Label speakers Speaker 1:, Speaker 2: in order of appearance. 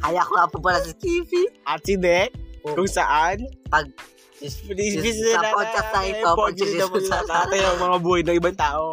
Speaker 1: Kaya ko nga po pala sa TV.
Speaker 2: At si Net, kung saan,
Speaker 1: Oh. Pag
Speaker 2: please
Speaker 1: Yes,
Speaker 2: visit
Speaker 1: sa podcast na ito,
Speaker 2: podcast
Speaker 1: pag-visit
Speaker 2: na muna
Speaker 1: sa-
Speaker 2: natin ang mga buhay ng ibang tao.